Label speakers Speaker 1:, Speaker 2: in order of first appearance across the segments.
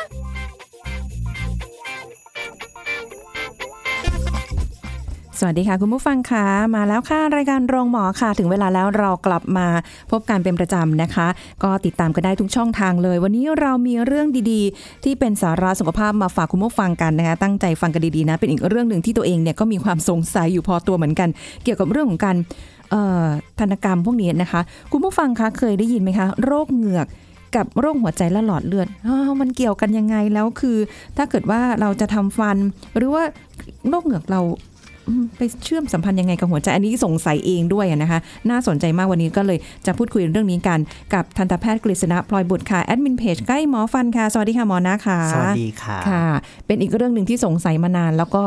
Speaker 1: ล
Speaker 2: สวัสดีค่ะ คุณผู้ฟังค่ะมาแล้วค่ะ รายการโรงหมอค่ะ ถึงเวลาแล้วเรากลับมาพบกันเป็นประจำนะคะ ก็ติดตามกันได้ทุกช่องทางเลย วันนี้เรามีเรื่องดีๆ ที่เป็นสาระสุขภาพมาฝากคุณผู้ฟังกันนะคะ ตั้งใจฟังกันดีๆนะ เป็นอีกเรื่องหนึ่งที่ตัวเองเนี่ยก็มีความสงสัยอยู่พอตัวเหมือนกัน เกี่ยวกับเรื่องของการเอ่อธนกรรมพวกนี้นะคะ คุณผู้ฟังคะเคยได้ยินไหมคะ โรคเหงือก กับโรคหัวใจและหลอดเลือดอ้าวมันเกี่ยวกันยังไงแล้วคือ ถ้าเกิดว่าเราจะทำฟัน หรือว่าโรคเหงือกเรา อืมไปเชื่อมสัมพันธ์ยังไงกับหัวใจ อันนี้สงสัยเองด้วยนะคะ น่าสนใจมากวันนี้ก็เลยจะพูดคุยเรื่องนี้กันกับทันตแพทย์กฤษณะพลอยบุตรค่ะ แอดมินเพจใกล้หมอฟันค่ะ สวัสดีค่ะหมอนะค่ะ
Speaker 3: สวัสดีค่ะ
Speaker 2: ค่ะ เป็นอีกเรื่องหนึ่งที่สงสัยมานาน แล้วก็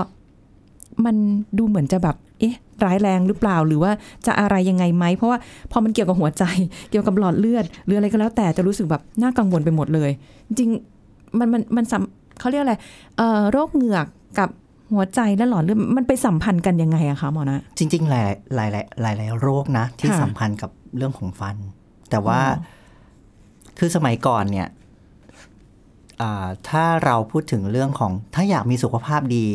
Speaker 2: มันดูเหมือนจะแบบ เอ๊ะ ร้ายแรงหรือเปล่าหรือว่าจะอะไรยังไงไหม เพราะว่าพอมันเกี่ยวกับหัวใจ เกี่ยวกับหลอดเลือด หรืออะไรก็แล้วแต่จะรู้สึกแบบน่ากังวลไปหมดเลย จริงๆมันมันมันสัมเขาเรียกอะไรเอ่อโรคเหงือกกับ หัวใจและหลอดเลือดมันไปสัมพันธ์กันยังไงอะคะหมอนะ
Speaker 3: จริง ๆ หลายหลายหลายหลายๆโรคนะ ที่
Speaker 2: ค่ะ
Speaker 3: สัมพันธ์กับเรื่องของฟัน แต่ว่า
Speaker 2: อ๋
Speaker 3: คือสมัยก่อนเนี่ยอ่าถ้าเราพูดถึงเรื่องของ ถ้าอยากมีสุขภาพดี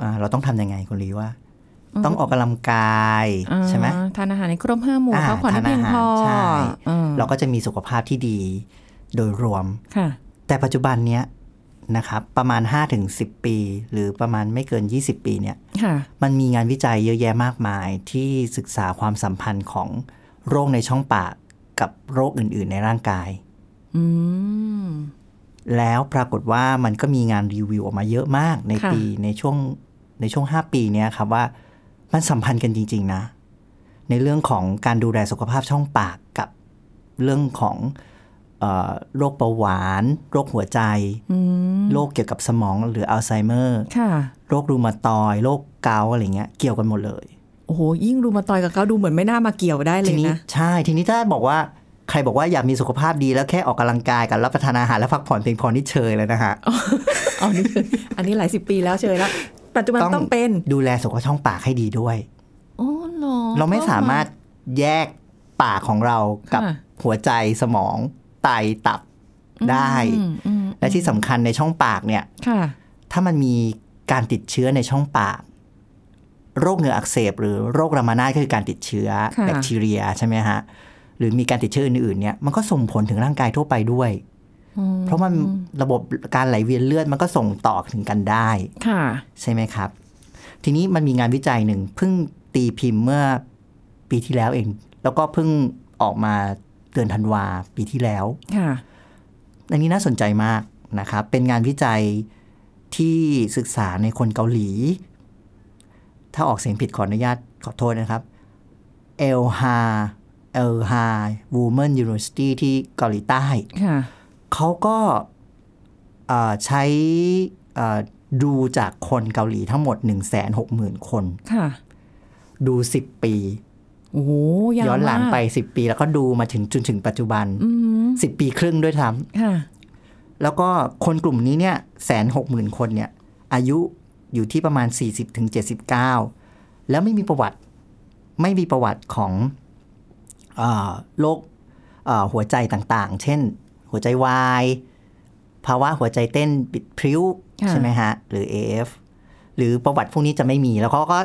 Speaker 3: อ่าเราต้องทำยังไงคุณลีว่า
Speaker 2: อืม
Speaker 3: ต้องออกกำลังกายใช่ไหม
Speaker 2: อ่าทานอาหารในครบห้าหมู่
Speaker 3: อ่า
Speaker 2: พักผ่อนให้เพียงพอ
Speaker 3: ทานอาหารใช่
Speaker 2: อ่า
Speaker 3: เราก็จะมีสุขภาพที่ดีโดยรวม
Speaker 2: ค่ะ
Speaker 3: แต่ปัจจุบันเนี้ยนะครับ ประมาณ 5-10 ปี หรือประมาณไม่เกิน 20 ปีเนี่ย
Speaker 2: ค่ะ
Speaker 3: มันมีงานวิจัยเยอะแยะมากมายที่ศึกษาความสัมพันธ์ของโรคในช่องปากกับโรคอื่น ๆ ในร่างกาย
Speaker 2: อืม
Speaker 3: แล้วปรากฏว่ามันก็มีงานรีวิวออกมาเยอะมากใน
Speaker 2: ค่ะ
Speaker 3: ปีในช่วงในช่วง 5 ปีเนี้ยครับว่ามันสัมพันธ์กันจริง ๆ นะ ในเรื่องของการดูแลสุขภาพช่องปากกับเรื่องของเออโรคเบาหวาน โรคหัวใจ
Speaker 2: อืม
Speaker 3: โรคเกี่ยวกับสมองหรืออัลไซเมอร์
Speaker 2: ค่ะ
Speaker 3: โรครูมาตอยด์โรคเกาต์อะไรเงี้ยเกี่ยวกันหมดเลย
Speaker 2: โอ้โห ยิ่งรูมาตอยกับเขาดูเหมือนไม่น่ามาเกี่ยวได้เล
Speaker 3: ที
Speaker 2: ย
Speaker 3: นี้
Speaker 2: นะ
Speaker 3: ใช่ทีนี้ถ้าบอกว่าใครบอกว่าอยากมีสุขภาพดีแล้วแค่ออกกำลังกายกับรับประทานอาหารและพักผ่อนเพียงพอนี่เชยเลยนะฮะ
Speaker 2: เอานี่คือ อันนี้หลายสิบปีแล้วเชยแล้ว ปัจจุบัน
Speaker 3: ต้อง
Speaker 2: ต้องเป็น
Speaker 3: ดูแลสุขภาพช่องปากให้ดีด้วย
Speaker 2: โอ้หรอ
Speaker 3: เราไม่สามารถแยกปากของเรากับ
Speaker 2: ค่ะ
Speaker 3: หัวใจสมองไตตับได้
Speaker 2: อืมอืม
Speaker 3: และที่สำคัญในช่องปากเนี่ย
Speaker 2: ค่ะ
Speaker 3: ถ้ามันมีการติดเชื้อในช่องปาก โรคเหงื่ออักเสบ หรือโรครามานาดก็คือการติดเชื้อ
Speaker 2: ค่ะ
Speaker 3: แบคทีเรียใช่ไหมฮะหรือมีการติดเชื้ออื่นๆเนี่ยมันก็ส่งผลถึงร่างกายทั่วไปด้วย
Speaker 2: อืม
Speaker 3: เพราะมันระบบการไหลเวียนเลือดมันก็ส่งต่อถึงกันได้
Speaker 2: ค่ะ
Speaker 3: ใช่ไหมครับ ทีนี้มันมีงานวิจัยหนึ่งเพิ่งตีพิมพ์เมื่อปีที่แล้วเอง แล้วก็เพิ่งออกมาเดือนธันวาปีที่แล้ว
Speaker 2: ค่ะ
Speaker 3: อันนี้น่าสนใจมากนะครับ เป็นงานวิจัยที่ศึกษาในคนเกาหลี ถ้าออกเสียงผิดขออนุญาตขอโทษนะครับ เอลฮาเอลฮาวูแมนยูนิเวอร์ซิตี้ที่เกาหลีใต้
Speaker 2: ค่ะ
Speaker 3: เขาก็เอ่อใช้เอ่อดูจากคนเกาหลีทั้งหมด 1 6 0 0 0 0 คน
Speaker 2: ค่ะ
Speaker 3: ดู 10 ปี
Speaker 2: โอ้โหาว
Speaker 3: ย้อนหลัง
Speaker 2: มาก
Speaker 3: ไป 10 ปี แล้วก็ดูมาถึงจนถึงปัจจุบัน
Speaker 2: อืม
Speaker 3: 10 ปีครึ่งด้วยซ้
Speaker 2: ค่ะ
Speaker 3: ำแล้วก็คนกลุ่มนี้เนี่ยแสนหกหมื่นคนเนี่ยอายุอยู่ที่ประมาณ 40-79ถึง79 แล้วไม่มีประวัติไม่มีประวัติของเออโรคเอ่อหัวใจต่างๆ เช่น หัวใจวาย ภาวะหัวใจเต้นบิดพริ้ว
Speaker 2: ค่ะ
Speaker 3: ใช่ไหมฮะ หรือ AF หรือประวัติพวกนี้จะไม่มีแล้วเขาก็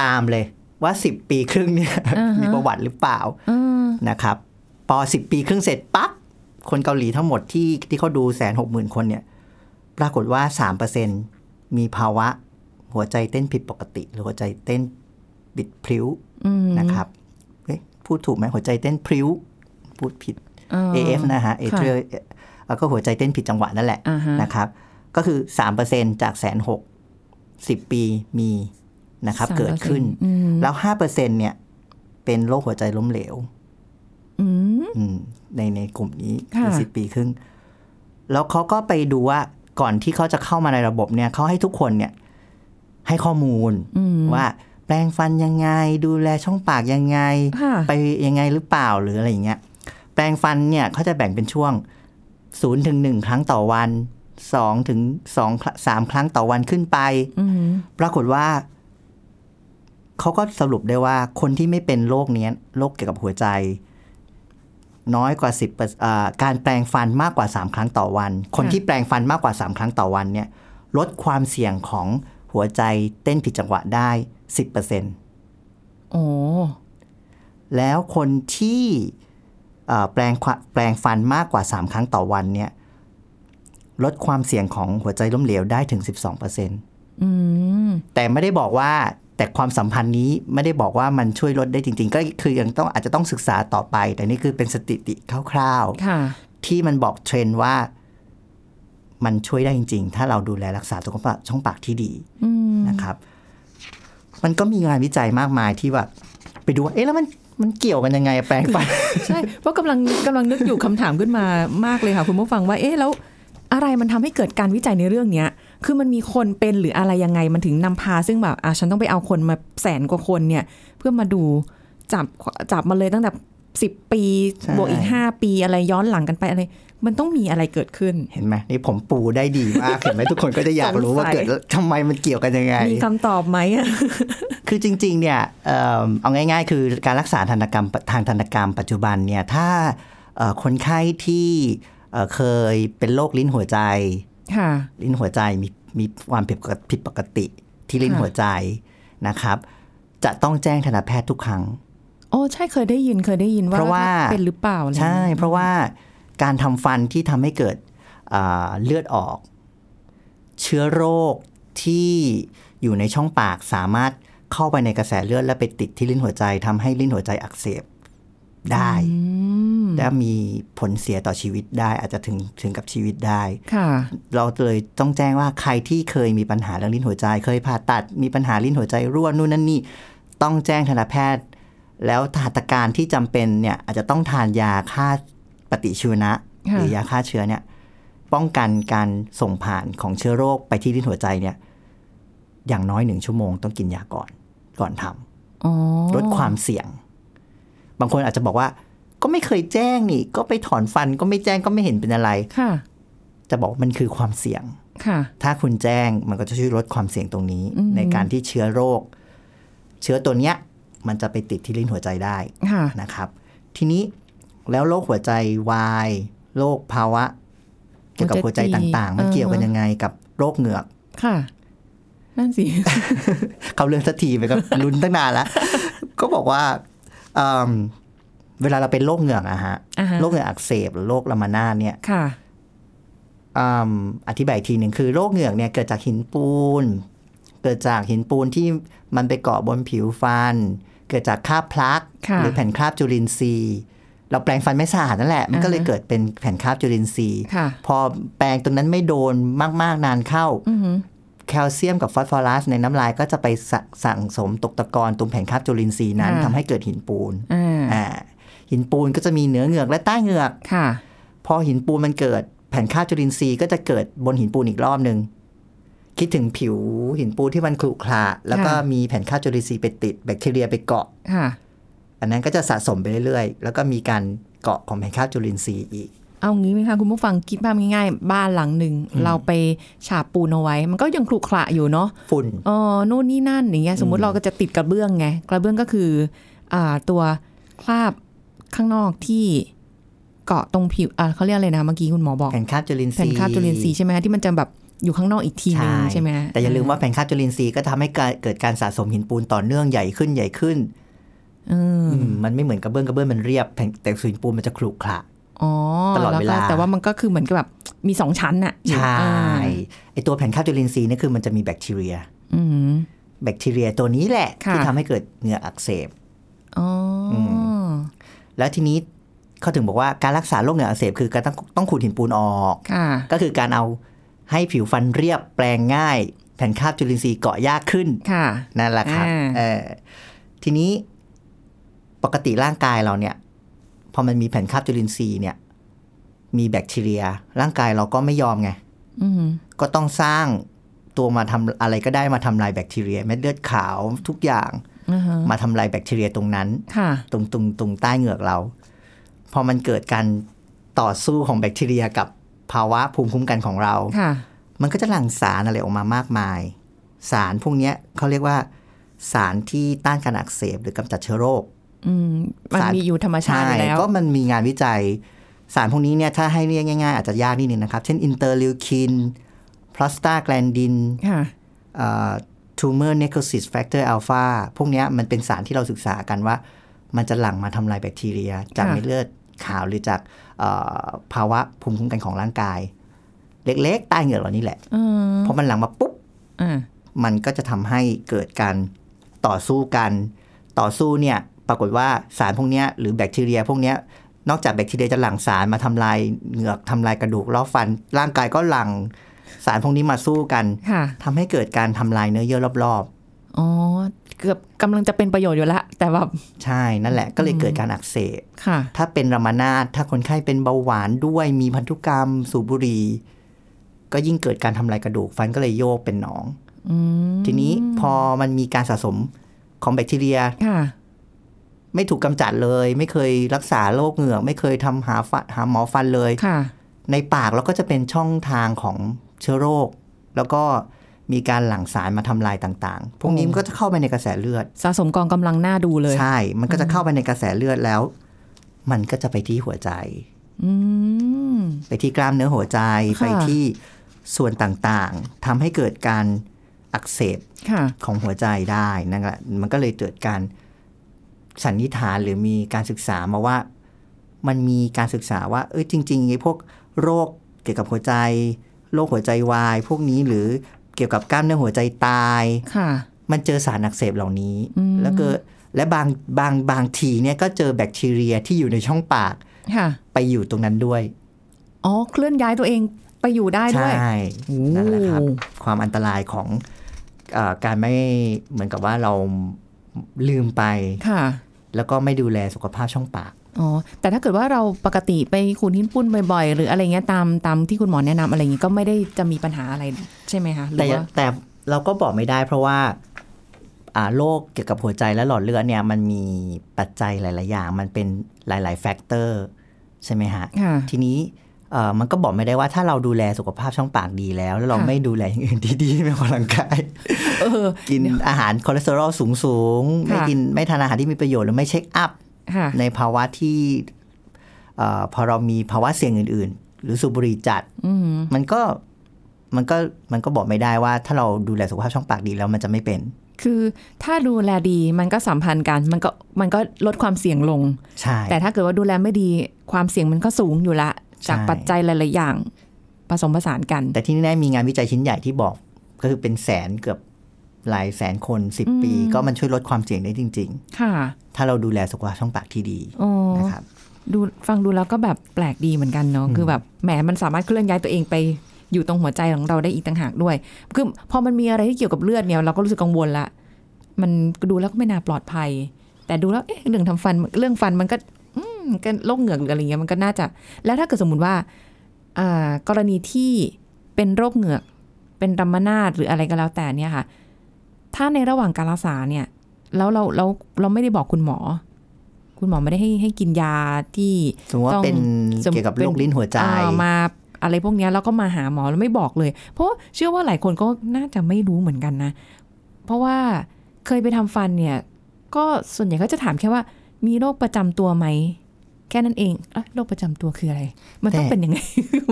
Speaker 3: ตามเลยว่า 10 ปีครึ่งเนี่ยมีประวัติหรือเปล่านะครับพอ10 ปีครึ่งเสร็จปั๊บ คนเกาหลีทั้งหมดที่ที่เขาดูแสนหกหมื่นคนเนี่ย ปรากฏว่า 3%มีภาวะหัวใจเต้นผิดปกติ หรือหัวใจเต้นบิดพริ้ว
Speaker 2: อืม
Speaker 3: นะครับเอ๊ะพูดถูกไหมหัวใจเต้นพริ้ว พูดผิด
Speaker 2: า
Speaker 3: AF นะฮะ atrial แล้วก็หัวใจเต้นผิดจังหวะนั่นแหละ
Speaker 2: อ่าฮะ
Speaker 3: นะครับ ก็คือ 3%จากแสนหก10 ปีมีนะครับ
Speaker 2: 3%
Speaker 3: เกิดขึ้น
Speaker 2: อืม
Speaker 3: แล้ว 5%เนี่ย เป็นโรคหัวใจล้มเหลว
Speaker 2: อืม
Speaker 3: อืมในในกลุ่มนี้
Speaker 2: ค่ะ
Speaker 3: ในสิปีครึ่ง แล้วเขาก็ไปดูว่า ก่อนที่เขาจะเข้ามาในระบบเนี่ยเขาให้ทุกคนเนี่ยให้ข้อมูล
Speaker 2: อืม
Speaker 3: ว่าแปรงฟันยังไง ดูแลช่องปากยังไง
Speaker 2: ค่ะ
Speaker 3: ไปยังไงหรือเปล่าหรืออะไรอย่างเงี้ย แปรงฟันเนี่ยเขาจะแบ่งเป็นช่วง0ูนย์ถึงหนึ่งครั้งต่อวัน2ถึงสองสามครั้งต่อวันขึ้นไป
Speaker 2: อืม
Speaker 3: ปรากฏว่า เขาก็สรุปได้ว่าคนที่ไม่เป็นโรคเนี้ยโรคเกี่ยวกับหัวใจ น้อยกว่าสิบการแปลงฟันมากกว่า 3 ครั้งต่อวัน คนที่แปลงฟันมากกว่า 3 ครั้งต่อวันเนี่ยลดความเสี่ยงของหัวใจเต้นผิดจังหวะได้ 10%
Speaker 2: โอ้
Speaker 3: แล้วคนที่เอ่อแปลงควแปลงฟันมากกว่า 3 ครั้งต่อวันเนี่ยลดความเสี่ยงของหัวใจล้มเหลวได้ถึง 12%
Speaker 2: อืม
Speaker 3: แต่ไม่ได้บอกว่าแต่ความสัมพันธ์นี้ไม่ได้บอกว่ามันช่วยลดได้จริง ๆ ก็คือยังต้องอาจจะต้องศึกษาต่อไป แต่นี่คือเป็นสถิติคร่าว
Speaker 2: ค่ะ
Speaker 3: ๆ ที่มันบอกเทรนด์ว่ามันช่วยได้จริง ๆ ถ้าเราดูแลรักษาสุขภาพช่องปากที่ดี
Speaker 2: อืม
Speaker 3: นะครับ มันก็มีงานวิจัยมากมายที่แบบไปดูว่าเอ๊ะแล้วมันมันเกี่ยวกันยังไงแปลงฟัน
Speaker 2: ใช่เพราะกำลังกำลังนึกอยู่คำถามขึ้นมามากเลยค่ะ คุณผู้ฟังว่าเอ๊ะแล้ว อะไรมันทำให้เกิดการวิจัยในเรื่องเนี้ย คือมันมีคนเป็นหรืออะไรยังไงมันถึงนำพา ซึ่งแบบอ่ะฉันต้องไปเอาคนมาแสนกว่าคนเนี่ย เพื่อมาดูจับจับมาเลยตั้งแต่สิบปี
Speaker 3: ใช่
Speaker 2: บวกอีกห้าปีอะไรย้อนหลังกันไปอะไร มันต้องมีอะไรเกิดขึ้น
Speaker 3: เห็นไหมนี่ผมปูได้ดีมากเห็นไหมทุกคนก็จะอยากรู้ว่าเกิดทำไมมันเกี่ยวกันยังไง
Speaker 2: มีคำตอบไหมอะ
Speaker 3: คือจริงๆ เนี่ยเอิ่มเอาง่ายๆ คือการรักษาทันตกรรมทางทันตกรรมปัจจุบันเนี่ยถ้าเอ่อคนไข้ที่เอ่อเคยเป็นโรคลิ้นหัวใจ
Speaker 2: ค่ะ
Speaker 3: ลิ้นหัวใจมีมีความผิดปกติผิดปกติที่ลิ้น
Speaker 2: ค่ะ
Speaker 3: หัวใจนะครับ จะต้องแจ้งทันตแพทย์ทุกครั้ง
Speaker 2: โอ้ใช่เคยได้ยินเคยได้ยินว่า
Speaker 3: เพราะว่า
Speaker 2: เป็นหรือเปล่าอะไร
Speaker 3: ใช่เพราะว่าการทำฟันที่ทำให้เกิดอ่าเลือดออก เชื้อโรคที่อยู่ในช่องปากสามารถเข้าไปในกระแสเลือดและไปติดที่ลิ้นหัวใจทำให้ลิ้นหัวใจอักเสบได้
Speaker 2: อืม
Speaker 3: และมีผลเสียต่อชีวิตได้อาจจะถึงถึงกับชีวิตได้
Speaker 2: ค่ะ
Speaker 3: เราเลยต้องแจ้งว่าใครที่เคยมีปัญหาเรื่องลิ้นหัวใจ เคยผ่าตัดมีปัญหาลิ้นหัวใจรั่วนู่นนั่นนี่ต้องแจ้งทันตแพทย์ แล้วหัตถการที่จำเป็นเนี่ยอาจจะต้องทานยาฆ่าปฏิชีวนะ
Speaker 2: ค่ะ
Speaker 3: หรือยาฆ่าเชื้อเนี่ยป้องกันการส่งผ่านของเชื้อโรคไปที่ลิ้นหัวใจเนี่ยอย่างน้อยหนึ่งชั่วโมงต้องกินยาก่อนก่อนทำ
Speaker 2: อ๋อ
Speaker 3: ลดความเสี่ยง บางคนอาจจะบอกว่า ก็ไม่เคยแจ้งนี่ ก็ไปถอนฟันก็ไม่แจ้งก็ไม่เห็นเป็นอะไร
Speaker 2: ค่ะ
Speaker 3: จะบอกว่ามันคือความเสี่ยง
Speaker 2: ค่ะ
Speaker 3: ถ้าคุณแจ้งมันก็จะช่วยลดความเสี่ยงตรงนี้
Speaker 2: อืม
Speaker 3: ในการที่เชื้อโรค เชื้อตัวเนี้ย มันจะไปติดที่ลิ้นหัวใจได้
Speaker 2: ค่ะ
Speaker 3: นะครับ ทีนี้แล้วโรคหัวใจวายโรคภาวะ เกี่ยวกับหัวใจ
Speaker 2: หัวใจตีบ
Speaker 3: ต่าง ๆ มัน
Speaker 2: อ่าฮะ
Speaker 3: เกี่ยวกันยังไงกับโรคเหงือก
Speaker 2: ค่ะ นั่นสิ
Speaker 3: เข้าเรื่องสักทีไปก็ ลุ้นตั้งนาน แล้ว ก็บอกว่าเอิ่มเวลาเราเป็นโรคเหงือกอะฮะ
Speaker 2: อ่าฮะ
Speaker 3: โรคเหงือกอักเสบหรือโรคลามานาดเนี่ย
Speaker 2: ค่ะ
Speaker 3: อืมอธิบายอีกทีหนึ่งคือโรคเหงือกเนี่ยเกิดจากหินปูน เกิดจากหินปูนที่มันไปเกาะบนผิวฟัน เกิดจากคราบพลัก
Speaker 2: ค่ะ
Speaker 3: หรือแผ่นคราบจุลินทรีย์ เราแปรงฟันไม่สะอาดนั่นแหละมันก็เลยเกิดเป็นแผ่นคราบจุลินทรีย์
Speaker 2: ค่ะ
Speaker 3: พอแปรงตรงนั้นไม่โดนมาก ๆนานเข้า
Speaker 2: อือหือ
Speaker 3: แคลเซียมกับฟอสฟอรัสในน้ำลายก็จะไปสะสั่งสมตกตะกอนตรงแผ่นคราบจุลินทรีย์นั้นทำให้เกิดหินปูน
Speaker 2: อ่า
Speaker 3: อ่าหินปูนก็จะมีเหนือเหงือกและใต้เหงือก
Speaker 2: ค่ะ
Speaker 3: พอหินปูนมันเกิดแผ่นคราบจุลินทรีย์ก็จะเกิดบนหินปูนอีกรอบหนึ่งคิดถึงผิวหินปูนที่มันขรุขระแล้วก็
Speaker 2: ค่ะ
Speaker 3: มีแผ่นคราบจุลินทรีย์ไปติดแบคทีเรียไปเกาะ
Speaker 2: ค่ะ
Speaker 3: อันนั้นก็จะสะสมไปเรื่อยๆ แล้วก็มีการเกาะของแผ่นคราบจุลินทรีย์อีก
Speaker 2: เอางี้ไหมคะคุณผู้ฟังคิดภาพง่ายๆ บ้านหลังหนึ่ง เราไปฉาบปูนเอาไว้ มันก็ยังคลุขระอยู่เนาะ
Speaker 3: ฝุ่น
Speaker 2: เออโน่นนี่นั่นอย่างเงี้ย สมมติเราก็จะติดกระเบื้องไง กระเบื้องก็คืออ่าตัวคราบข้างนอกที่เกาะตรงผิวอ่าเขาเรียกอะไรนะเมื่อกี้คุณหมอบอก
Speaker 3: แผ่นคราบจุลินท
Speaker 2: แผ่น
Speaker 3: รีย์
Speaker 2: คราบจุลินทรีย์ใช่ไหมที่มันจะแบบอยู่ข้างนอกอีกทีนึงใช่ไหม
Speaker 3: แต่อย่าลืมว่าแผงคาบจุลินทรีย์ก็ทำให้การเกิดการสะสมหินปูนต่อเนื่องใหญ่ขึ้นใหญ่ขึ้น
Speaker 2: เออ
Speaker 3: อืมมันไม่เหมือนกระเบื้องกระเบื้องมันเรียบแผ่นแต่หินปูนมันจะขรุขระ
Speaker 2: อ๋อ
Speaker 3: ตลอดเวลา
Speaker 2: แก็แต่ว่ามันก็คือเหมือนกับแบบมีสองชั้นน่ะอยู่
Speaker 3: ใช่
Speaker 2: อ่า
Speaker 3: ไอตัวแผ่นคาบจุลินทรีย์นี่คือมันจะมีแบคทีเรีย
Speaker 2: อืม
Speaker 3: แบคทีเรียตัวนี้แหละ
Speaker 2: ค่ะ
Speaker 3: ที่ทำให้เกิดเหงื่ออักเสบ
Speaker 2: อ๋ออ
Speaker 3: แล้วทีนี้เขาถึงบอกว่าการรักษาโรคเหงื่ออักเสบคือการต้องต้องขูดหินปูนออก
Speaker 2: ค่ะ
Speaker 3: ก็คือการเอาให้ผิวฟันเรียบแปลงง่าย แผ่นคาบจุลินทรีย์เกาะยากขึ้น
Speaker 2: ค่ะ
Speaker 3: นั่นแหละครับ
Speaker 2: อ่า
Speaker 3: เออทีนี้ปกติร่างกายเราเนี่ย พอมันมีแผ่นคราบจุลินทรีย์เนี่ย มีแบคทีเรีย ร่างกายเราก็ไม่ยอมไง
Speaker 2: อืม
Speaker 3: ก็ต้องสร้างตัวมาทำอะไรก็ได้มาทำลายแบคทีเรียเม็ดเลือดขาวทุกอย่าง
Speaker 2: อ่าฮะ
Speaker 3: มาทำลายแบคทีเรียตรงนั้น
Speaker 2: ค่ะ
Speaker 3: ตรงตรงตรงใต้เหงือกเรา พอมันเกิดการต่อสู้ของแบคทีเรียกับภาวะภูมิคุ้มกันของเรา
Speaker 2: ค่ะ
Speaker 3: มันก็จะหลั่งสารอะไรออกมามากมาย สารพวกเนี้ยเขาเรียกว่าสารที่ต้านการอักเสบหรือกำจัดเชื้อโรค
Speaker 2: อืมมัน
Speaker 3: สาร
Speaker 2: มีอยู่ธรรมชาติอยู่แล้ว
Speaker 3: ก็มันมีงานวิจัย สารพวกนี้เนี่ยถ้าให้เรียกง่ายๆ อาจจะยากนิดนึงนะครับ เช่นอินเตอร์ลิวคินพลาสตาแกลนดิน
Speaker 2: ค่ะ
Speaker 3: ทูเมอร์เนโครซิสแฟกเตอร์อัลฟาพวกเนี้ยมันเป็นสารที่เราศึกษากันว่า มันจะหลั่งมาทำลายแบคทีเรีย จาก
Speaker 2: ค่ะ
Speaker 3: เม็ดเลือดขาวหรือจากเอ่อภาวะภูมิคุ้มกันของร่างกาย เล็กๆ ใต้เหงือกเรานี่แหละ
Speaker 2: อืม
Speaker 3: พอมันหลั่งมาปุ๊บ
Speaker 2: อ่า
Speaker 3: มันก็จะทำให้เกิดการต่อสู้กัน ต่อสู้เนี่ยปรากฏว่าสารพวกเนี้ยหรือแบคทีเรีย พวกเนี้ยนอกจากแบคทีเรียจะหลั่งสารมาทำลายเหงือกทำลายกระดูกรอบฟัน ร่างกายก็หลั่งสารพวกนี้มาสู้กัน
Speaker 2: ค่ะ
Speaker 3: ทำให้เกิดการทำลายเนื้อเยื่อรอบ
Speaker 2: อ๋อ เกือบกำลังจะเป็นประโยชน์อยู่ละ แต่แบบ
Speaker 3: ๆ ใช่นั่นแหละก็เลยเกิดการอักเสบ
Speaker 2: ค่ะ
Speaker 3: ถ้าเป็นรามานาดถ้าคนไข้เป็นเบาหวานด้วยมีพันธุกรรมสูบบุหรี่ก็ยิ่งเกิดการทำลายกระดูกฟันก็เลยโยกเป็นหนอง
Speaker 2: อืม
Speaker 3: ทีนี้พอมันมีการสะสมของแบคทีเรีย
Speaker 2: ค่ะ
Speaker 3: ไม่ถูกกำจัดเลย ไม่เคยรักษาโรคเหงือก ไม่เคยทำหาฟันหาหมอฟันเลย
Speaker 2: ค่ะ
Speaker 3: ในปากเราก็จะเป็นช่องทางของเชื้อโรค แล้วก็มีการหลั่งสารมาทำลายต่างๆ พวกนี้มันก็จะเข้าไปในกระแสเลือด
Speaker 2: สะสมกองกำลังหน้าดูเลย
Speaker 3: ใช่ มันก็จะเข้าไปในกระแสเลือดแล้ว มันก็จะไปที่หัวใจ
Speaker 2: อืม
Speaker 3: ไปที่กล้ามเนื้อหัวใจ
Speaker 2: ค่ะ
Speaker 3: ไปที่ส่วนต่างๆ ทำให้เกิดการอักเสบ
Speaker 2: ค่ะ
Speaker 3: ของหัวใจได้นั่นแหละ มันก็เลยเกิดการสันนิษฐานหรือมีการศึกษามาว่า มันมีการศึกษาว่า เอ้ยจริงๆไอ้พวกโรคเกี่ยวกับหัวใจ โรคหัวใจวาย พวกนี้หรือเกี่ยวกับกล้ามเนื้อหัวใจตาย
Speaker 2: ค่ะ
Speaker 3: มันเจอสารอักเสบเหล่านี้
Speaker 2: อืม
Speaker 3: แล้วก็และบางบางบางทีเนี่ยก็เจอแบคทีเรียที่อยู่ในช่องปาก
Speaker 2: ค่ะ
Speaker 3: ไปอยู่ตรงนั้นด้วย
Speaker 2: อ๋อ เคลื่อนย้ายตัวเองไปอยู่ได้ด้วย
Speaker 3: ใช่
Speaker 2: โอ้
Speaker 3: นั่นแหละครับ ความอันตรายของเออการไม่เหมือนกับว่าเราลืมไป
Speaker 2: ค่ะ
Speaker 3: แล้วก็ไม่ดูแลสุขภาพช่องปาก
Speaker 2: อ๋อ แต่ถ้าเกิดว่าเราปกติไปขูดหินปุ้นบ่อยๆ หรืออะไรเงี้ยตามตามที่คุณหมอแนะนำอะไรเงี้ยก็ไม่ได้จะมีปัญหาอะไรใช่ไหมคะหรื
Speaker 3: แต่
Speaker 2: อว่า
Speaker 3: แต่เราก็บอกไม่ได้เพราะว่าอ่าโรคเกี่ยวกับหัวใจและหลอดเลือดเนี่ยมันมีปัจจัยหลาย ๆ อย่าง มันเป็นหลาย ๆ แฟกเตอร์ใช่ไหมฮะ
Speaker 2: ค่ะ
Speaker 3: ทีนี้เอ่อมันก็บอกไม่ได้ว่าถ้าเราดูแลสุขภาพช่องปากดีแล้ว แล้วเรา
Speaker 2: ค่ะ
Speaker 3: ไม่ดูแลอย่างอื่นที่ดีไม่ออกกำลังกาย
Speaker 2: เออ
Speaker 3: กินอาหารคอเลสเตอรอลสูงสูงๆ
Speaker 2: ค่ะ
Speaker 3: ไม่กินไม่ทานอาหารที่มีประโยชน์หรือไม่เช็คอัพ
Speaker 2: ค่ะ
Speaker 3: ในภาวะที่เอ่อพอเรามีภาวะเสี่ยงอื่น ๆ หรือสูบบุหรี่จัด
Speaker 2: อืม
Speaker 3: มันก็มันก็มันก็บอกไม่ได้ว่า ถ้าเราดูแลสุขภาพช่องปากดีแล้วมันจะไม่เป็น
Speaker 2: คือถ้าดูแลดีมันก็สัมพันธ์กันมันก็มันก็ลดความเสี่ยงลง
Speaker 3: ใช่
Speaker 2: แต่ถ้าเกิดว่าดูแลไม่ดีความเสี่ยงมันก็สูงอยู่ละ จากปัจจัยหลายๆอย่าง ผสมผสานกัน
Speaker 3: แต่ที่แน่ๆมีงานวิจัยชิ้นใหญ่ที่บอกก็คือเป็นแสนเกือบหลายแสนคนสิบปี
Speaker 2: อืม
Speaker 3: ก็มันช่วยลดความเสี่ยงได้จริง
Speaker 2: ค่ะ
Speaker 3: ๆ ถ้าเราดูแลสุขภาพช่องปากที่ดี
Speaker 2: อ๋อ
Speaker 3: นะครับ
Speaker 2: ดูฟังดูแล้วก็แบบแปลกดีเหมือนกันเนาะ
Speaker 3: อืม
Speaker 2: คือแบบแหมมันสามารถเคลื่อนย้ายตัวเองไปอยู่ตรงหัวใจของเราได้อีกต่างหากด้วยคือพอมันมีอะไรที่เกี่ยวกับเลือดเนี่ยเราก็รู้สึกกังวลละ มันดูแล้วก็ไม่น่าปลอดภัย แต่ดูแล้วเอ๊ะเรื่องทำฟันเรื่องฟันมันก็อืมก็โรคเหงือกหรืออะไรเงี้ยมันก็น่าจะ แล้วถ้าเกิดสมมติว่าอ่ากรณีที่เป็นโรคเหงือก เป็นรัมมนาดหรืออะไรก็แล้วแต่เนี่ยค่ะ ถ้าในระหว่างการรักษาเนี่ย แล้วเราเราเราไม่ได้บอกคุณหมอ คุณหมอไม่ได้ให้ให้กินยาที่
Speaker 3: สมมติ
Speaker 2: ต้อ
Speaker 3: ว่างเป็น
Speaker 2: สมมุติ
Speaker 3: เกี่ยวกับ
Speaker 2: เป็น
Speaker 3: โรคลิ้นหัวใจ
Speaker 2: อ่ามาอะไรพวกเนี้ยแล้วก็มาหาหมอแล้วไม่บอกเลย เพราะว่าเชื่อว่าหลายคนก็น่าจะไม่รู้เหมือนกันนะ เพราะว่าเคยไปทำฟันเนี่ย ก็ส่วนใหญ่ก็จะถามแค่ว่า มีโรคประจำตัวไหม แค่นั้นเองเอะโรคประจำตัวคืออะไร มันต้อง
Speaker 3: แต่
Speaker 2: เป็นยังไง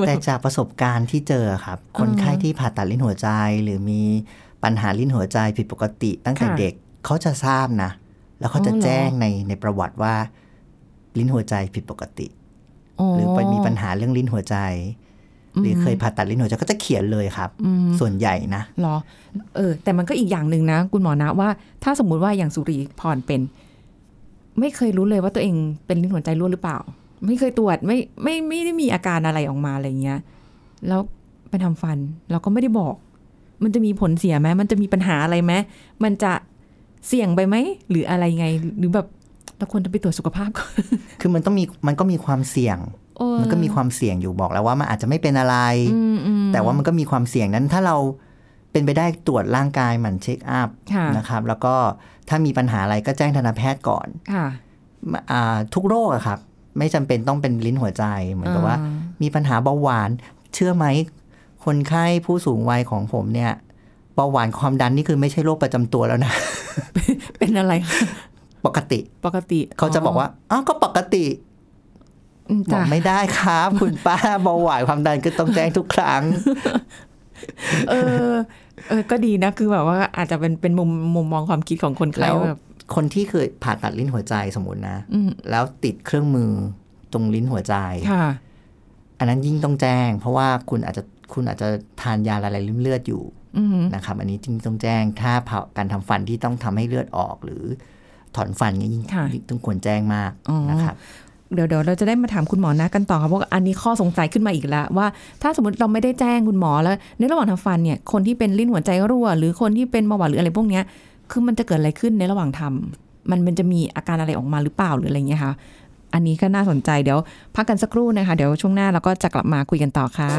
Speaker 2: มัน
Speaker 3: แต่จากประสบการณ์ที่เจอครับ คนไข้
Speaker 2: อ่า
Speaker 3: ที่ผ่าตัดลิ้นหัวใจ หรือมีปัญหาลิ้นหัวใจผิดปกติ ตั้งแต่
Speaker 2: ค่ะ
Speaker 3: เด็กเขาจะทราบนะ แล้วเขาจะ
Speaker 2: อ๋อเหรอ
Speaker 3: แจ้งในในประวัติว่า ลิ้นหัวใจผิดปกติ หรือไปมีปัญหาเรื่องลิ้นหัวใจ หรือเคยผ่าตัดลิ้นหัวใจก็จะเขียนเลยครับ
Speaker 2: อืม
Speaker 3: ส่วนใหญ่นะ
Speaker 2: หรอ เออ แต่มันก็อีกอย่างหนึ่งนะ คุณหมอนะว่า ถ้าสมมุติว่าอย่างสุริพรเป็น ไม่เคยรู้เลยว่าตัวเองเป็นลิ้นหัวใจรั่วหรือเปล่า ไม่เคยตรวจไม่ไม่ไม่ได้มีอาการอะไรออกมาอะไรเงี้ย แล้วไปทำฟันเราก็ไม่ได้บอก มันจะมีผลเสียไหมมันจะมีปัญหาอะไรไหมมันจะเสี่ยงไปไหมหรืออะไรไง หรือแบบเราควรจะไปตรวจสุขภาพก่อน
Speaker 3: คือมันต้องมีมันก็มีความเสี่ยง
Speaker 2: เออ
Speaker 3: มันก็มีความเสี่ยงอยู่บอกแล้วว่ามันอาจจะไม่เป็นอะไร
Speaker 2: อืมอืม
Speaker 3: แต่ว่ามันก็มีความเสี่ยงนั้นถ้าเราเป็นไปได้ตรวจร่างกายหมันเช็คอัพ
Speaker 2: ค่ะ
Speaker 3: นะครับ แล้วก็ถ้ามีปัญหาอะไรก็แจ้งทันตแพทย์ก่อน
Speaker 2: ค่ะ
Speaker 3: อ่าทุกโรคอะครับ ไม่จำเป็นต้องเป็นลิ้นหัวใจ เหมือนกับว่า มีปัญหาเบาหวาน เชื่อไหม คนไข้ผู้สูงวัยของผมเนี่ยเบาหวานความดันนี่คือไม่ใช่โรคประจำตัวแล้วนะ
Speaker 2: เป็นอะไร
Speaker 3: ปกติ
Speaker 2: ปกติ
Speaker 3: เขาจะบอกว่าอ้าวก็ปกติ
Speaker 2: ม
Speaker 3: บอ
Speaker 2: จ้ะ
Speaker 3: กไม่ได้ครับ คุณป้าเบาหวานความดันก็ต้องแจ้งทุกครั้ง
Speaker 2: เออเออก็ดีนะคือแบบว่าอาจจะเป็นเป็นมุมมุมมองความคิดของคนไข้
Speaker 3: แล้ว
Speaker 2: ว่าแบบ
Speaker 3: คนที่เคยผ่าตัดลิ้นหัวใจสมมตินะ
Speaker 2: อืม
Speaker 3: แล้วติดเครื่องมือตรงลิ้นหัวใจ
Speaker 2: ค่ะ
Speaker 3: อันนั้นยิ่งต้องแจ้ง เพราะว่าคุณอาจจะคุณอาจจะทานยาละลายริ่มเลือดอยู่
Speaker 2: อืม
Speaker 3: นะครับอันนี้จริงต้องแจ้งถ้าเผาการทำฟันที่ต้องทำให้เลือดออกหรือถอนฟันเนี่ยยิ่ง
Speaker 2: ค่ะ
Speaker 3: ยิ่งต้องควรแจ้งมากนะครับ
Speaker 2: เดี๋ยวเดี๋ยวเราจะได้มาถามคุณหมอนะกันต่อค่ะเพราะอันนี้ข้อสงสัยขึ้นมาอีกแล้วว่า ถ้าสมมติเราไม่ได้แจ้งคุณหมอแล้ว ในระหว่างทำฟันเนี่ยคนที่เป็นลิ้นหัวใจรั่ว หรือคนที่เป็นเบาหวานหรืออะไรพวกเนี้ยคือมันจะเกิดอะไรขึ้นในระหว่างทำมันมันจะมีอาการอะไรออกมาหรือเปล่าหรืออะไรเงี้ยคะอันนี้ก็น่าสนใจเดี๋ยวพักกันสักครู่นะคะ เดี๋ยวช่วงหน้าเราก็จะกลับมาคุยกันต่อค่ะ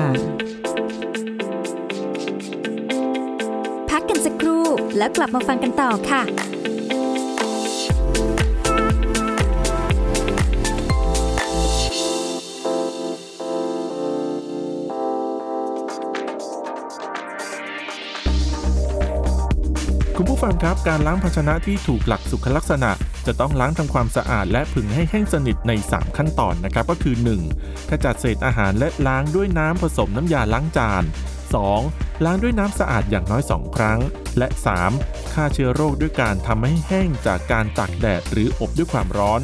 Speaker 1: พักกันสักครู่แล้วกลับมาฟังกันต่อค่ะ
Speaker 4: คุณผู้ฟังครับการล้างภาชนะที่ถูกหลักสุขลักษณะ จะต้องล้างทำความสะอาดและผึ่งให้แห้งสนิทใน 3 ขั้นตอนนะครับก็คือ 1. ขจัดเศษอาหารและล้างด้วยน้ำผสมน้ำยาล้างจาน 2. ล้างด้วยน้ำสะอาดอย่างน้อย 2 ครั้ง และ 3. ฆ่าเชื้อโรคด้วยการทำให้แห้งจากการตากแดดหรืออบด้วยความร้อน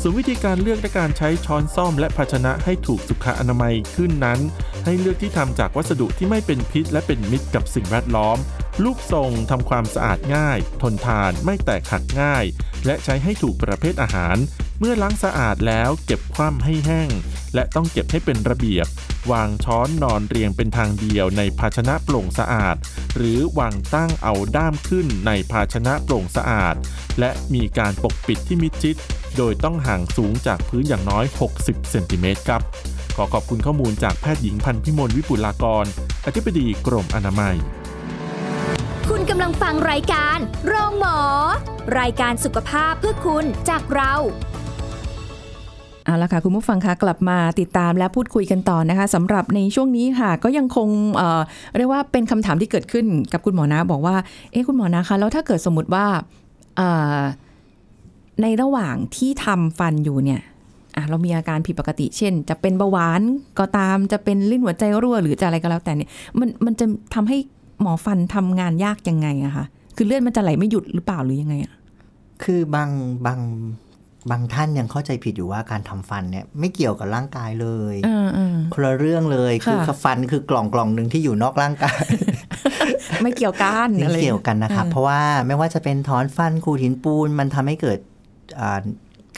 Speaker 4: ส่วนวิธีการเลือกและการใช้ช้อนซ่อมและภาชนะให้ถูกสุขอนามัยขึ้นนั้น ให้เลือกที่ทำจากวัสดุที่ไม่เป็นพิษ และเป็นมิตรกับสิ่งแวดล้อม รูปทรงทำความสะอาดง่าย ทนทานไม่แตกหักง่าย และใช้ให้ถูกประเภทอาหาร เมื่อล้างสะอาดแล้วเก็บคว่ำให้แห้ง และต้องเก็บให้เป็นระเบียบ วางช้อนนอนเรียงเป็นทางเดียวในภาชนะโปร่งสะอาด หรือวางตั้งเอาด้ามขึ้นในภาชนะโปร่งสะอาด และมีการปกปิดที่มิดชิด โดยต้องห่างสูงจากพื้นอย่างน้อย 60 เซนติเมตรครับ ขอขอบคุณข้อมูลจากแพทย์หญิงพันพิมลวิปุลากร อธิบดีกรมอนามัย
Speaker 1: คุณกำลังฟังรายการโรงหมอ รายการสุขภาพเพื่อคุณจากเรา
Speaker 2: เอาละค่ะคุณผู้ฟังคะกลับมาติดตามและพูดคุยกันต่อนะคะสำหรับในช่วงนี้ค่ะ ก็ยังคงเอ่อเรียกว่าเป็นคำถามที่เกิดขึ้นกับคุณหมอนะบอกว่าเอ๊ะคุณหมอนะคะแล้วถ้าเกิดสมมติว่าเอ่อในระหว่างที่ทำฟันอยู่เนี่ยอ่ะเรามีอาการผิดปกติ เช่น จะเป็นเบาหวานก็ตามจะเป็นลิ้นหัวใจรั่ว หรือจะอะไรก็แล้วแต่เนี่ยมันมันจะทำให้หมอฟันทำงานยากยังไงอะคะคือเลือดมันจะไหลไม่หยุดหรือเปล่าหรือยังไงอะ
Speaker 3: คือบางบางบางท่านยังเข้าใจผิดอยู่ว่าการทำฟันเนี่ยไม่เกี่ยวกับร่างกายเลย
Speaker 2: อ่าอ่า
Speaker 3: คนละเรื่องเลยคือ
Speaker 2: ค่ะ
Speaker 3: ฟันคือกล่องกล่องหนึ่งที่อยู่นอกร่างกาย
Speaker 2: ไม่เกี่ยวกัน
Speaker 3: นี่
Speaker 2: อะไร
Speaker 3: เกี่ยวกันนะครับ
Speaker 2: อ่า
Speaker 3: เพราะว่าไม่ว่าจะเป็นถอนฟันขูดหินปูน มันทำให้เกิดอ่า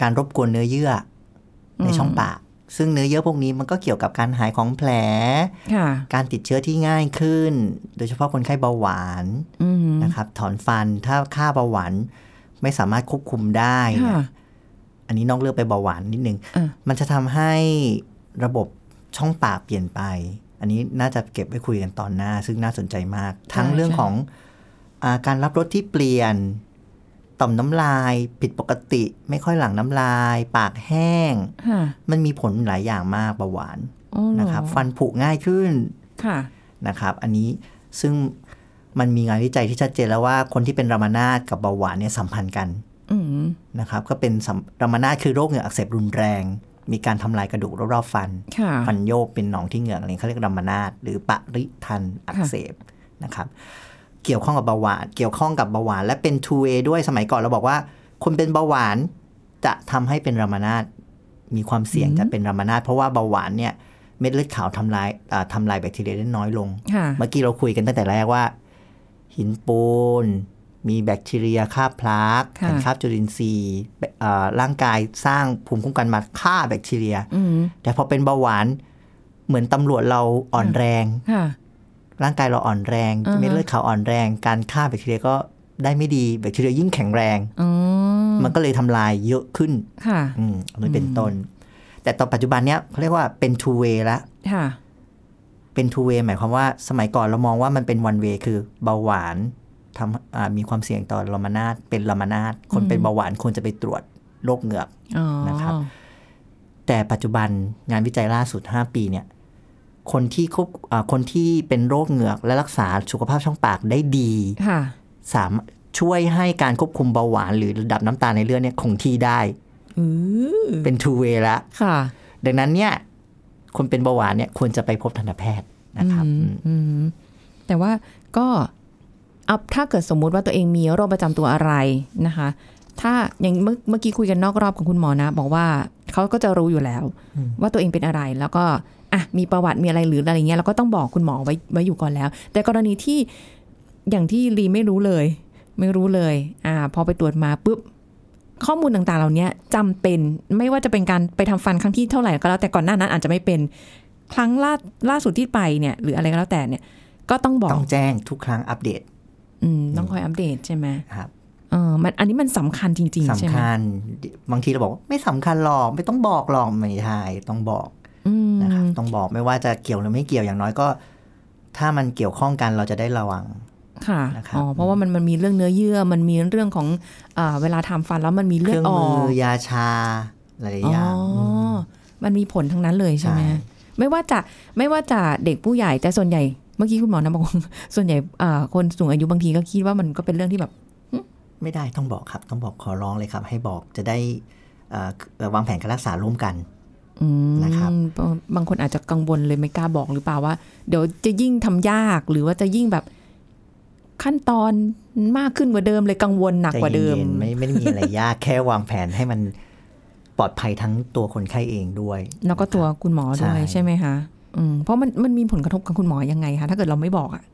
Speaker 3: การรบกวนเนื้อเยื่ออในช่องปาก ซึ่งเนื้อเยื่อพวกนี้มันก็เกี่ยวกับการหายของแผล
Speaker 2: ค่ะ
Speaker 3: การติดเชื้อที่ง่ายขึ้น โดยเฉพาะคนไข้เบาหวาน
Speaker 2: อืม
Speaker 3: นะครับถอนฟันถ้าค่าเบาหวานไม่สามารถควบคุมได้เนี่
Speaker 2: ค่ะ
Speaker 3: ยอันนี้นอกเรื่องไปเบาหวานนิดนึง
Speaker 2: อ่ะ
Speaker 3: มันจะทำให้ระบบช่องปากเปลี่ยนไป อันนี้น่าจะเก็บไว้คุยกันตอนหน้า ซึ่งน่าสนใจมาก ทั้งเรื่องของอาการรับรสที่เปลี่ยน ต่อมน้ำลาย ผิดปกติ ไม่ค่อยหลั่งน้ำลาย ปากแห้ง
Speaker 2: ค่ะ
Speaker 3: มันมีผลหลายอย่างมากเบาหวาน
Speaker 2: อ๋อเหอ
Speaker 3: นะครับ ฟันผุง่ายขึ้น
Speaker 2: ค่ะ
Speaker 3: นะครับ อันนี้ซึ่งมันมีงานวิจัยที่ชัดเจนแล้วว่าคนที่เป็นรามานาตกับเบาหวานเนี่ยสัมพันธ์กัน
Speaker 2: อืม
Speaker 3: นะครับก็เป็นสัมรามานาตคือโรคเหงือกอักเสบรุนแรง มีการทำลายกระดูกรอบๆฟัน
Speaker 2: ค่ะ
Speaker 3: ฟันโยกเป็นหนองที่เหงือกอะไรเขาเรียกรามานาตหรือปริทันอักเสบนะครับ เกี่ยวข้องกับเบาหวาน เกี่ยวข้องกับเบาหวาน และเป็น two way ด้วยสมัยก่อนเราบอกว่า คนเป็นเบาหวานจะทำให้เป็นรามานาตมีความเสี่ยง
Speaker 2: อืม
Speaker 3: จะเป็นรามานาตเพราะว่าเบาหวานเนี่ยเม็ดเลือดขาวทำลายอ่าทำลายแบคทีเรียได้น้อยลง
Speaker 2: ค่ะ
Speaker 3: เมื่อกี้เราคุยกันตั้งแต่แรกว่า หินปูน มีแบคทีเรียคราบพลาส
Speaker 2: ค่ะ
Speaker 3: เป็นคราบจุลินทรีย์เอ่อร่างกายสร้างภูมิคุ้มกันมาฆ่าแบคทีเรีย
Speaker 2: อืม
Speaker 3: แต่พอเป็นเบาหวานเหมือนตำรวจเราอ่อนแรง
Speaker 2: ค่ะ
Speaker 3: ร่างกายเราอ่อนแรง
Speaker 2: อือฮะ
Speaker 3: เม็ดเลือดขาวอ่อนแรง การฆ่าแบคทีเรียก็ได้ไม่ดีแบคทีเรียยิ่งแข็งแรง
Speaker 2: อ๋อ
Speaker 3: มันก็เลยทำลายเยอะขึ้น
Speaker 2: ค่ะ
Speaker 3: อืมอันนี้เป็นต้น แต่ตอนปัจจุบันเนี้ยเขาเรียกว่าเป็น two way ละ
Speaker 2: ค่ะ
Speaker 3: เป็น two way หมายความว่าสมัยก่อนเรามองว่ามันเป็น one way คือเบาหวานทำอ่ามีความเสี่ยงต่อลามานาดเป็นลามานาดคนเป็น
Speaker 2: อืม
Speaker 3: เบาหวานควรจะไปตรวจโรคเหงือก
Speaker 2: อ๋อ
Speaker 3: นะครับ แต่ปัจจุบันงานวิจัยล่าสุด 5 ปีเนี่ย คนที่ควบอ่าคนที่เป็นโรคเหงือกและรักษาสุขภาพช่องปากได้ดี
Speaker 2: ค่ะ
Speaker 3: สามารถช่วยให้การควบคุมเบาหวานหรือระดับน้ำตาลในเลือดเนี่ยคงที่ได้
Speaker 2: อือ
Speaker 3: เป็น two way ละ
Speaker 2: ค่ะ
Speaker 3: ดังนั้นเนี่ยคนเป็นเบาหวานเนี่ยควรจะไปพบทันตแพทย์นะครับ
Speaker 2: อืม
Speaker 3: อืม
Speaker 2: อืมแต่ว่าก็เอาถ้าเกิดสมมุติว่าตัวเองมีโรคประจำตัวอะไรนะคะ ถ้าอย่างเมื่อเมื่อกี้คุยกันนอกรอบของคุณหมอนะ บอกว่าเขาก็จะรู้อยู่แล้ว ว่าตัวเองเป็นอะไรแล้วก็อ่ะมีประวัติมีอะไรหรืออะไรเงี้ยเราก็ต้องบอกคุณหมอไว้ไว้อยู่ก่อนแล้ว แต่กรณีที่อย่างที่ลีไม่รู้เลย ไม่รู้เลย อ่า พอไปตรวจมาปุ๊บข้อมูลต่างๆ เหล่านี้จำเป็นไม่ว่าจะเป็นการไปทำฟันครั้งที่เท่าไหร่ก็แล้วแต่ก่อนหน้านั้นอาจจะไม่เป็น ครั้งล่าล่าสุดที่ไปเนี่ย หรืออะไรก็แล้วแต่เนี่ย ก็ต้องบอก
Speaker 3: ต้องแจ้งทุกครั้งอัปเดต
Speaker 2: อืมต้องคอยอัปเดตใช่ไหม
Speaker 3: ครับ
Speaker 2: เออมันอันนี้มันสำคัญจริง ๆ ใช่
Speaker 3: สำ
Speaker 2: ไหม
Speaker 3: คัญบางทีเราบอกว่าไม่สำคัญหรอกไม่ต้องบอกหรอกไม่ใช่ต้องบอก
Speaker 2: อืม
Speaker 3: นะครับต้องบอกไม่ว่าจะเกี่ยวหรือไม่เกี่ยวอย่างน้อยก็ ถ้ามันเกี่ยวข้องกันเราจะได้ระวัง
Speaker 2: ค่ะ
Speaker 3: นะครับ
Speaker 2: อ๋อเพราะว่ามันมันมีเรื่องเนื้อเยื่อ มันมีเรื่องของเอ่อเวลาทำฟันแล้วมันมี
Speaker 3: เค
Speaker 2: เลือ
Speaker 3: รื่
Speaker 2: ด
Speaker 3: อง
Speaker 2: ออ
Speaker 3: มื
Speaker 2: ก
Speaker 3: อยาชาหลายๆอย่าง
Speaker 2: อ๋อ
Speaker 3: ม
Speaker 2: อมันมีผลทั้งนั้นเลยใช่ไหม
Speaker 3: ใช่
Speaker 2: ไม่ว่าจะไม่ว่าจะเด็กผู้ใหญ่แต่ส่วนใหญ่เมื่อกี้คุณหมอนะบอกว่า ส่วนใหญ่เอ่อคนสูงอายุบางทีก็คิดว่ามันก็เป็นเรื่องที่แบบ
Speaker 3: ไม่ได้ต้องบอกครับ ต้องบอกขอร้องเลยครับ ให้บอกจะได้เอ่อเอ่อวางแผนการรักษาร่วมกัน
Speaker 2: อืม
Speaker 3: นะครับ
Speaker 2: งบางคนอาจจะกังวลเลยไม่กล้าบอกหรือเปล่าว่า เดี๋ยวจะยิ่งทำยากหรือว่าจะยิ่งแบบขั้นตอนมากขึ้นกว่าเดิมเลยกังวลหนักกว่าเดิม
Speaker 3: ใจย็นๆไม่ไม่ได้มีอะไรยาก แค่วางแผนให้มันปลอดภัยทั้งตัวคนไข้เองด้วย
Speaker 2: แล้วก็ตัวคุณหมอด้วย
Speaker 3: ใช่
Speaker 2: ใช่ไหมคะอืมเพราะมันมันมีผลกระทบกับคุณหมอยังไงคะถ้าเกิดเราไม่บอกอ่ะ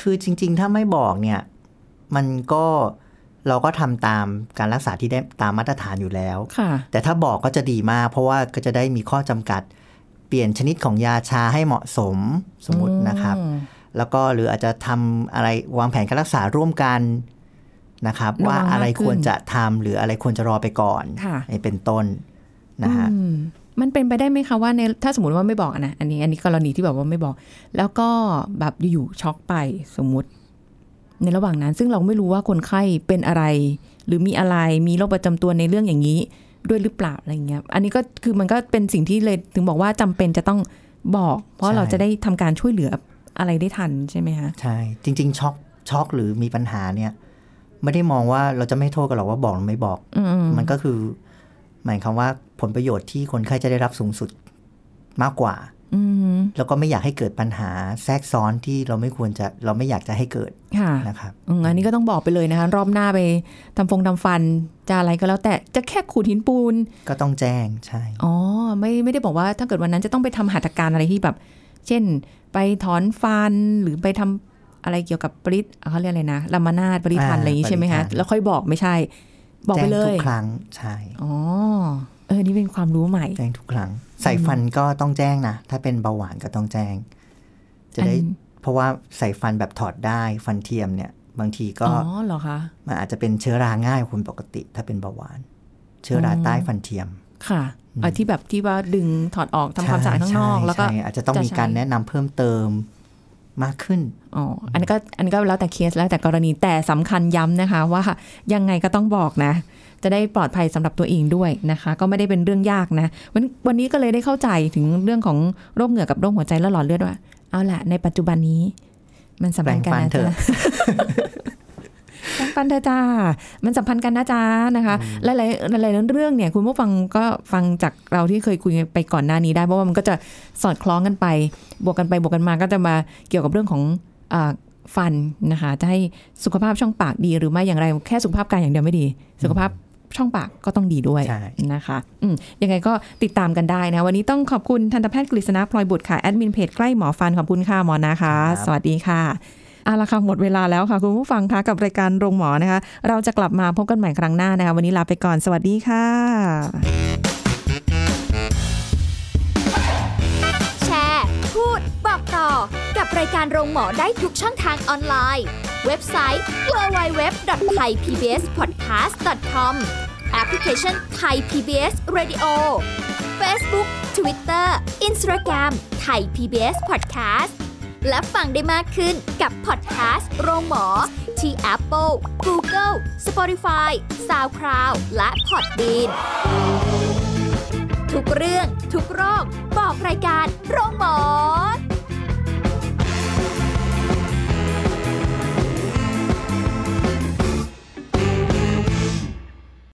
Speaker 3: คือจริง ๆ ถ้าไม่บอกเนี่ย มันก็เราก็ทำตามการรักษาที่ได้ตามมาตรฐานอยู่แล้ว
Speaker 2: ค่ะ
Speaker 3: แต่ถ้าบอกก็จะดีมาก เพราะว่าก็จะได้มีข้อจำกัด เปลี่ยนชนิดของยาชาให้เหมาะสมสมมตินะครับ แล้วก็หรืออาจจะทำอะไรวางแผนการรักษาร่วมกันนะครับ
Speaker 2: ระวัง
Speaker 3: ว่าอะไร
Speaker 2: มากขึ้น
Speaker 3: ควรจะทำหรืออะไรควรจะรอไปก่อน
Speaker 2: ค่ะ
Speaker 3: ไอ้เป็นต้นนะฮะ
Speaker 2: อืมมันเป็นไปได้ไหมคะว่าในถ้าสมมติว่าไม่บอกอะนะอันนี้ อันนี้กรณีที่แบบว่าไม่บอก แล้วก็แบบอยู่ๆช็อกไปสมมติ ในระหว่างนั้น ซึ่งเราไม่รู้ว่าคนไข้เป็นอะไร หรือมีอะไรมีโรคประจำตัวในเรื่องอย่างนี้ ด้วยหรือเปล่าอะไรเงี้ยอันนี้ก็คือมันก็เป็นสิ่งที่เลยถึงบอกว่าจำเป็นจะต้องบอก เพราะ
Speaker 3: ใช่
Speaker 2: เราจะได้ทำการช่วยเหลืออะไรได้ทันใช่ไหมคะ
Speaker 3: ใช่ จริง ๆ ช็อกช็อกหรือมีปัญหาเนี่ย ไม่ได้มองว่าเราจะไม่โทษกันหรอกว่าบอกหรือไม่บอก
Speaker 2: อืม
Speaker 3: มันก็คือ หมายความว่าผลประโยชน์ที่คนไข้จะได้รับสูงสุดมากกว่า
Speaker 2: อืม
Speaker 3: แล้วก็ไม่อยากให้เกิดปัญหาแทรกซ้อนที่เราไม่ควรจะเราไม่อยากจะให้เกิด
Speaker 2: ค่ะ
Speaker 3: นะครับ
Speaker 2: อืมอันนี้ก็ต้องบอกไปเลยนะคะ รอบหน้าไปทำฟงทำฟันจะอะไรก็แล้วแต่จะแค่ขูดหินปูน
Speaker 3: ก็ต้องแจ้งใช่
Speaker 2: อ๋อไม่ไม่ได้บอกว่าถ้าเกิดวันนั้นจะต้องไปทำหัตถการอะไรที่แบบ เช่น ไปถอนฟันหรือไปทำอะไรเกี่ยวกับปริศเขาเรียกอะไรนะลามานาดปริทัน
Speaker 3: อ่า
Speaker 2: อะไรอย่างนี้ใช่ไหมคะ
Speaker 3: ปริทัน
Speaker 2: แล้วค่อยบอกไม่ใช่ บอก
Speaker 3: แจ้
Speaker 2: ไป
Speaker 3: ง
Speaker 2: เล
Speaker 3: ทุ
Speaker 2: ย
Speaker 3: กครั้งใช่
Speaker 2: อ๋อเออนี่เป็นความรู้ใหม่
Speaker 3: แจ้งทุกครั้ง ใส่ฟันก็ต้องแจ้งนะถ้าเป็นเบาหวานก็ต้องแจ้ง จะได้
Speaker 2: อัน
Speaker 3: เพราะว่าใส่ฟันแบบถอดได้ฟันเทียมเนี่ย บางทีก็
Speaker 2: อ๋อเหรอคะ
Speaker 3: มันอาจจะเป็นเชื้อราง่ายกว่าคนปกติ ถ้าเป็นเบาหวาน เชื้อราใต้ฟันเทียม
Speaker 2: ค่ะเออที่แบบที่ว่าดึงถอดออกทำความสะอาดข้างนอก
Speaker 3: ใช่
Speaker 2: แล้วก็
Speaker 3: ใช่อาจจะต้องมี
Speaker 2: จะใช้
Speaker 3: การแนะนำเพิ่มเติมมากขึ้น
Speaker 2: อ๋ออันนี้ก็อันนี้ก็แล้วแต่เคสแล้วแต่กรณีแต่สำคัญย้ำนะคะว่ายังไงก็ต้องบอกนะ จะได้ปลอดภัยสำหรับตัวเองด้วยนะคะ ก็ไม่ได้เป็นเรื่องยากนะ วันวันนี้ก็เลยได้เข้าใจถึงเรื่องของโรคเหงือกกับโรคหัวใจและหลอดเลือดว่า เอาล่ะ ในปัจจุบันนี้ มันสัมพันธ์กัน
Speaker 3: แปรงฟั
Speaker 2: นะ
Speaker 3: น
Speaker 2: จ๊ะแปรงฟันเธ
Speaker 3: เถอะ
Speaker 2: อะจ้ามันสัมพันธ์กันนะจ๊ะนะคะหลายๆหลายๆเรื่องเนี่ยคุณผู้ฟังก็ฟังจากเราที่เคยคุยไปก่อนหน้านี้ได้เพราะว่ามันก็จะสอดคล้องกันไป บวกกันไปบวกกันมาก็จะมาเกี่ยวกับเรื่องของอ่าฟันนะคะจะให้สุขภาพช่องปากดีหรือไม่อย่างไรแค่สุขภาพกายอย่างเดียวไม่ดี สุขภาพช่องปากก็ต้องดีด้วย
Speaker 3: ใช่
Speaker 2: นะคะอืมยังไงก็ติดตามกันได้นะ วันนี้ต้องขอบคุณทันตแพทย์กฤษณะพลอยบุตรค่ะแอดมินเพจใกล้หมอฟันขอบคุณค่ะหมอนะคะ
Speaker 3: ครับ
Speaker 2: สวัสดีค่ะเอาละค่ะหมดเวลาแล้วค่ะ คุณผู้ฟังคะกับรายการโรงหมอนะคะ เราจะกลับมาพบกันใหม่ครั้งหน้านะคะ วันนี้ลาไปก่อนสวัสดีค่ะ
Speaker 1: แชร์ พูด บอกต่อ กับรายการโรงหมอได้ทุกช่องทางออนไลน์ เว็บไซต์ www.thaipbspodcast.com แอปพลิเคชันไทย PBS Radio Facebook Twitter Instagram ไทย PBS Podcast และฟังได้มากขึ้นกับพอดแคสต์โรงหมอ ที่ Apple, Google, Spotify, SoundCloud และ Podbean ทุกเรื่องทุกโรคบอกรายการโรงหมอ